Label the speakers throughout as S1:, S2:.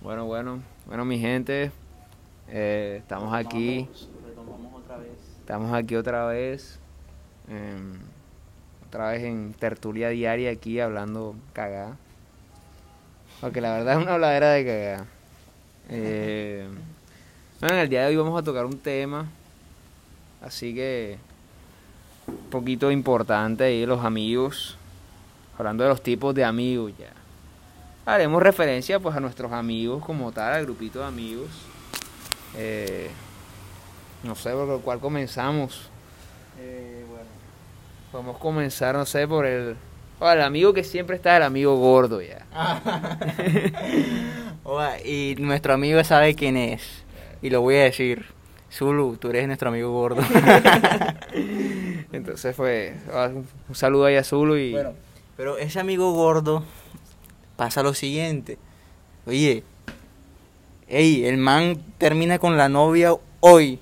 S1: Bueno, bueno, bueno mi gente, eh, estamos aquí,
S2: Retomamos, retomamos otra vez.
S1: estamos aquí otra vez, em, otra vez en tertulia diaria aquí hablando cagada, porque la verdad es una habladera de cagada. Eh, bueno, en el día de hoy vamos a tocar un tema, así que un poquito importante ahí los amigos, hablando de los tipos de amigos ya. Haremos referencia pues a nuestros amigos como tal, al grupito de amigos. Eh, no sé por cuál comenzamos.
S2: Eh, bueno,
S1: Podemos comenzar, no sé, por el... o el amigo que siempre está, el amigo gordo ya.
S3: Oa, y nuestro amigo sabe quién es. Y lo voy a decir. Zulu, tú eres nuestro amigo gordo.
S1: Entonces fue... ah, Un un saludo ahí a Zulu y...
S3: Bueno, pero ese amigo gordo pasa lo siguiente. Oye, ey, el man termina con la novia hoy.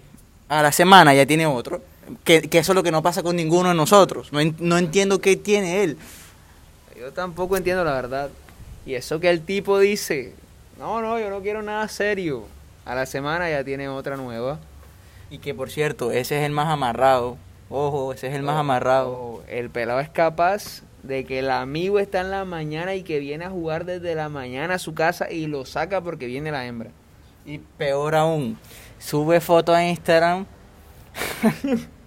S3: A la semana ya tiene otro. Que, que eso es lo que no pasa con ninguno de nosotros. No, en- no entiendo qué tiene él.
S1: Yo tampoco entiendo la verdad. Y eso que el tipo dice, no, no, yo no quiero nada serio. A la semana ya tiene otra nueva.
S3: Y que por cierto, ese es el más amarrado. Ojo, ese es el más amarrado.
S1: Ojo, El pelado es capaz de que el amigo está en la mañana y que viene a jugar desde la mañana a su casa y lo saca porque viene la hembra.
S3: Y peor aún, sube fotos a Instagram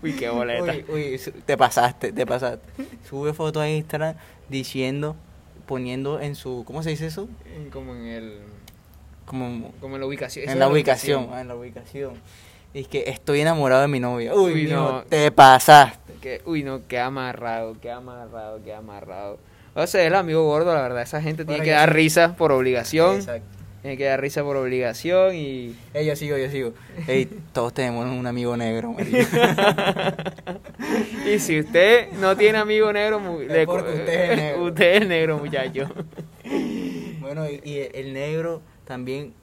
S1: Uy, qué
S3: Uy, uy, su- te pasaste, te pasaste. Sube foto a Instagram diciendo, poniendo en su, ¿cómo se dice eso?
S1: Como en el
S3: Como
S1: como en la ubicación. Esa
S3: en la
S1: es
S3: ubicación, ah, en la ubicación. Y que estoy enamorado de mi novia. Uy,
S1: Uy,
S3: mijo,
S1: no.
S3: te pasaste.
S1: Que, uy, no, qué amarrado, qué amarrado, qué amarrado. O sea, el amigo gordo, la verdad, esa gente tiene
S3: Bueno,
S1: que
S3: yo-
S1: dar risa por obligación.
S3: Exacto.
S1: Tiene que dar risa por obligación y...
S3: Ey, yo sigo, yo sigo. Ey, todos tenemos un amigo negro, marica.
S1: Y si usted no tiene amigo negro, mu-
S3: Es
S1: le-
S3: porque usted es negro.
S1: Usted es negro, muchacho.
S3: Bueno, y, y el negro también,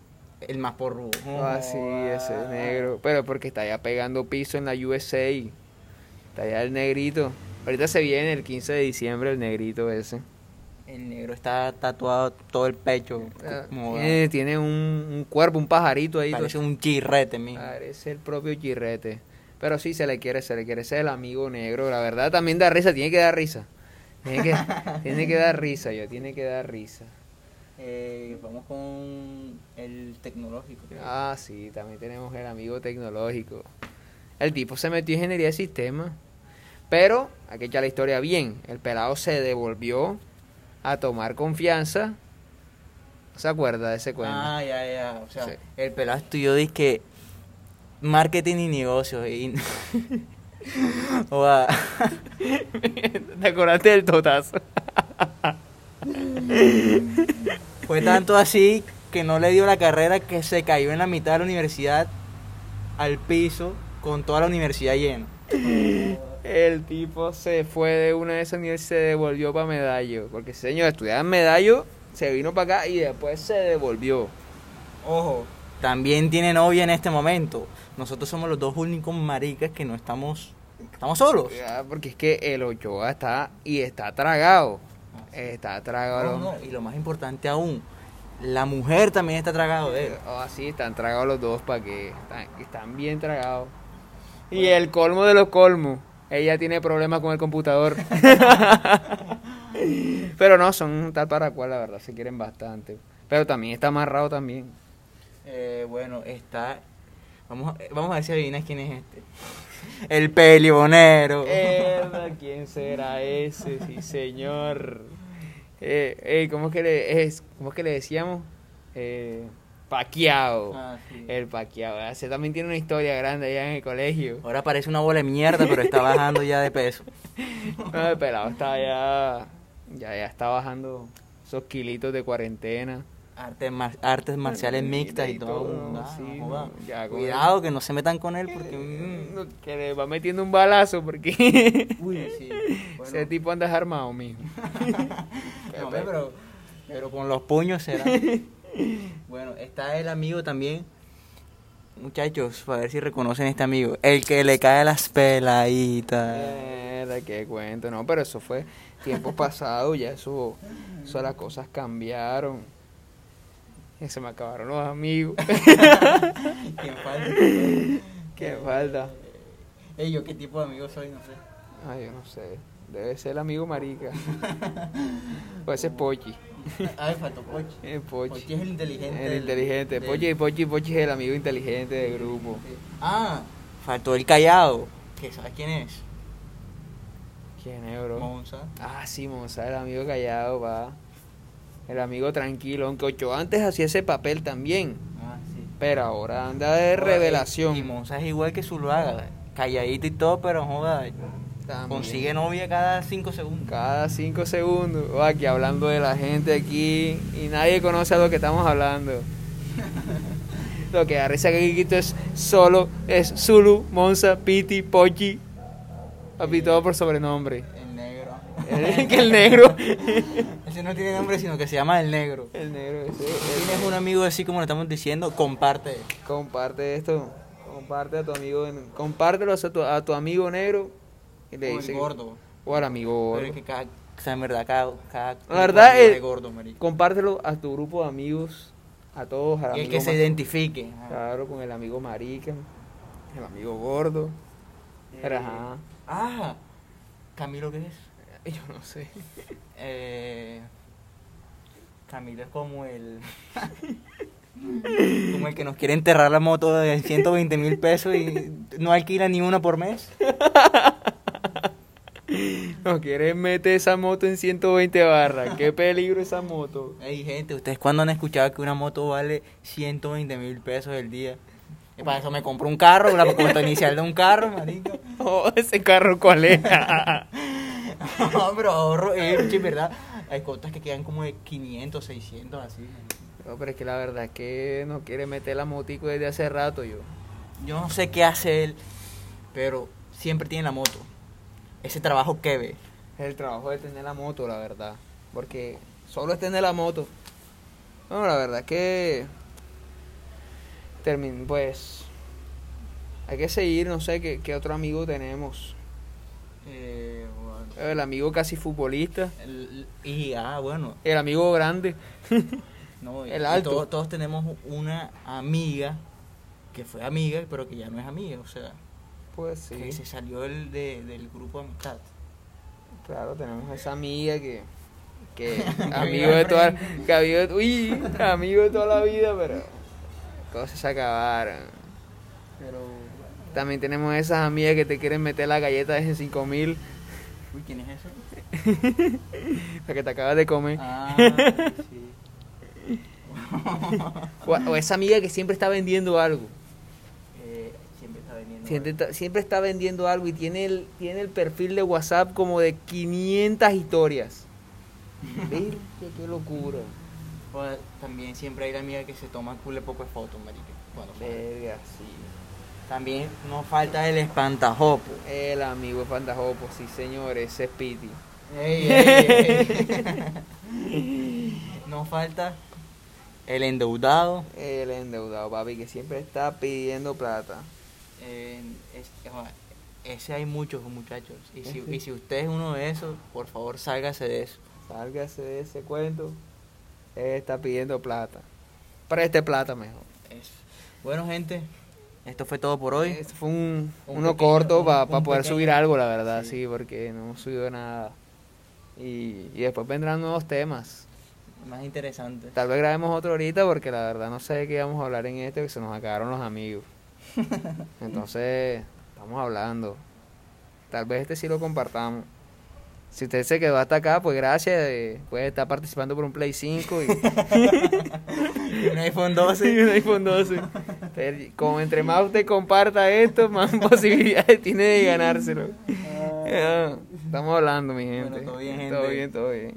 S3: el más porrudo.
S1: Ah, sí, ese es negro. Pero porque está ya pegando piso en la USA. Está ya el negrito. Ahorita se viene el 15 de diciembre el negrito ese.
S3: El negro está tatuado todo el pecho. Como,
S1: Tiene, tiene un, un cuerpo, un pajarito Ah, eh, ahí. pues. Ah, eh.
S3: parece
S1: todo-
S3: un chirrete, mijo.
S1: Parece el propio chirrete. Pero sí, se le quiere, se le quiere. Ese es el amigo negro. La verdad también da risa, tiene que dar risa. Tiene que, tiene que dar risa, yo, tiene que dar risa.
S3: Eh, vamos con el tecnológico.
S1: Ah, sí, también tenemos el amigo tecnológico. El tipo se metió en ingeniería de sistemas. Pero, hay que echar la historia bien. El pelado se devolvió a tomar confianza. ¿No ¿Se acuerda de ese cuento?
S3: Ah, ya, ya. O sea,
S1: Sí.
S3: el pelado estudió disque marketing y negocios. Y... o sea,
S1: ¿Te acordaste del totazo?
S3: fue tanto así que no le dio la carrera que se cayó en la mitad de la universidad al piso con toda la universidad llena.
S1: El tipo se fue de una de esas unidades y se devolvió para Medallo. Porque ese señor estudiaba en Medallo, se vino para acá y después se devolvió.
S3: Ojo. También tiene novia en este momento. Nosotros somos los dos únicos maricas que no estamos... Estamos solos.
S1: Ah, Porque es que el Ochoa está y está tragado. Está tragado.
S3: No, no, y lo más importante aún, la mujer también está tragado de él.
S1: Oh, sí, están tragados los dos para que están, están bien tragados. Y el colmo de los colmos, ella tiene problemas con el computador. Pero no, son un tal para cual, la verdad, se quieren bastante. Pero también está amarrado también.
S3: Eh, bueno, está. Vamos a, vamos a ver si adivinas quién es este. Eh, El pelibonero.
S1: Mierda, ¿quién será ese? Sí, señor. Eh, eh, ¿cómo, es que le, es, ¿Cómo es que le decíamos? Eh, paqueado.
S3: Ah, sí.
S1: El paqueado. Ese también tiene una historia grande allá en el colegio.
S3: Ahora parece una bola de mierda, pero está bajando ya de peso.
S1: No, el pelado está ya, ya, ya está bajando esos kilitos de cuarentena.
S3: Artes, mar- artes marciales
S1: Mira,
S3: mixtas
S1: y
S3: y todo.
S1: todo,
S3: Ah,
S1: sí,
S3: no joda.
S1: ya, con-
S3: Cuidado que no se metan con él porque. mm,
S1: No, Que le va metiendo un balazo porque
S3: Uy, sí. Bueno,
S1: ese tipo anda armado, mijo.
S3: no, hombre, Pues, pero, pero con los puños será. bueno, está el amigo también. Muchachos, a ver si reconocen este amigo. El que le cae las peladitas.
S1: Mierda, qué cuento. No, pero eso fue tiempo pasado, ya eso, eso las cosas cambiaron. Ya se me acabaron los amigos.
S3: ¿Quién falta?
S1: Qué falta.
S3: Ey, yo qué tipo de amigo soy, no sé.
S1: Ay, yo no sé. Debe ser el amigo marica. O ese es Pochi.
S3: Ay, Ah, faltó Pochi.
S1: Es Pochi.
S3: Pochi es el inteligente.
S1: El
S3: del-
S1: inteligente.
S3: del-
S1: Pochi, Pochi, Pochi es el amigo inteligente del grupo.
S3: Ah, faltó el callado. ¿Qué sabes quién es?
S1: ¿Quién es, bro?
S3: Monza.
S1: Ah, sí, Monza, el amigo callado, va. El amigo tranquilo. Aunque Ochoa antes hacía ese papel también.
S3: Ah, sí.
S1: Pero ahora anda de
S3: eh, Y
S1: revelación.
S3: Monza es igual que Zuluaga, calladito y todo, pero joda, Ah,
S1: También.
S3: consigue novia cada cinco segundos.
S1: Cada cinco segundos. Oh, aquí hablando de la gente aquí. Y nadie conoce a lo que estamos hablando. lo que da risa que Kikito es solo. Es Zulu, Monza, Piti, Pochi. Papi, todo por sobrenombre.
S3: El negro.
S1: El- que el negro.
S3: Ese no tiene nombre, sino que se llama el negro.
S1: El negro ese.
S3: Si
S1: el-
S3: tienes un amigo así como lo estamos diciendo, comparte.
S1: Comparte esto. Comparte a tu amigo. en- Compártelo a tu, a tu amigo negro. Y le
S3: O
S1: dice-
S3: el gordo.
S1: O al amigo gordo.
S3: Pero es que cada, o sea, en verdad, cada, cada
S1: La verdad
S3: amigo
S1: es-
S3: de gordo, marico.
S1: Compártelo a tu grupo de amigos. A todos. Al
S3: Y el
S1: amigo
S3: que se
S1: ma-
S3: identifique. ajá.
S1: Claro, con el amigo marica. El amigo gordo. Pero,
S3: Eh,
S1: ajá.
S3: Ah, Camilo, ¿qué es?
S1: Yo no sé.
S3: Eh, Camilo es como el. como el que nos quiere enterrar la moto de 120 mil pesos y no alquila ni una por mes.
S1: No quieres meter esa moto en 120 barras. Qué peligro esa moto.
S3: Ey, gente, ¿ustedes cuándo han escuchado que una moto vale 120 mil pesos el día? Y para eso me compro un carro, la cuenta inicial de un carro, marico.
S1: Oh, ese carro cuál es.
S3: No, pero ahorro, eh, che, ¿verdad? Hay cuotas que quedan como de 500, 600, así.
S1: No, pero es que la verdad es que no quiere meter la motico desde hace rato yo.
S3: Yo no sé qué hace él, pero siempre tiene la moto. Ese trabajo que ve.
S1: Es el trabajo de tener la moto, la verdad. Porque solo es tener la moto. No, la verdad es que. Termin pues. Hay que seguir, no sé qué, qué otro amigo tenemos.
S3: Eh, bueno,
S1: El amigo casi futbolista.
S3: el- y ah, bueno,
S1: El amigo grande.
S3: no, y-
S1: El
S3: y
S1: alto.
S3: Todos, todos tenemos una amiga que fue amiga, pero que ya no es amiga, o sea,
S1: Pues
S3: que se salió del, de- del grupo de amistad.
S1: Claro, tenemos esa amiga que. que
S3: Que
S1: amigo
S3: vive
S1: de
S3: al
S1: toda. Que amigo de, uy, amigo de toda la vida, pero. Cosas se acabaron.
S3: Pero,
S1: También tenemos esas amigas que te quieren meter la galleta desde 5000.
S3: uy, ¿quién es eso?
S1: La que te acabas de comer.
S3: Ah, sí.
S1: O, o esa amiga que siempre está vendiendo algo.
S3: Eh, siempre está vendiendo.
S1: Siempre está, siempre está vendiendo algo y tiene el, tiene el perfil de WhatsApp como de 500 historias. Mira, qué, qué locura.
S3: Joder, también siempre hay la amiga que se toma cule poco de fotos, marica. Cuando puede.
S1: Verga, sí.
S3: También nos falta el espantajopo.
S1: El amigo de Pantajopo, sí señores, ese es Piti.
S3: Ey, ey, ey. Nos falta el endeudado.
S1: El endeudado, papi, que siempre está pidiendo plata.
S3: eh, es- joder, ese hay muchos muchachos. Y si, y si usted es uno de esos, por favor sálgase de eso.
S1: Sálgase de ese cuento. Él está pidiendo plata. Preste plata mejor.
S3: Es- Bueno, gente, esto fue todo por hoy.
S1: Esto Este fue un,
S3: Un
S1: uno
S3: pequeño-
S1: corto
S3: un-
S1: para
S3: un
S1: poder
S3: pequeño-
S1: subir algo, la verdad,
S3: sí.
S1: sí, porque no hemos subido nada. Y, y después vendrán nuevos temas.
S3: Más interesante.
S1: Tal vez grabemos otro ahorita porque la verdad no sé de qué íbamos a hablar en este, que se nos acabaron los amigos. Entonces, estamos hablando. Tal vez este sí lo compartamos. Si usted se quedó hasta acá, pues gracias. eh, Puede estar participando por un Play 5 y
S3: Un iPhone
S1: y un
S3: 12.
S1: iPhone 12. Pero Como entre más usted comparta esto, más posibilidades tiene de ganárselo. Ah, Estamos hablando, mi gente.
S3: Bueno, todo bien,
S1: Todo
S3: gente.
S1: bien, todo bien.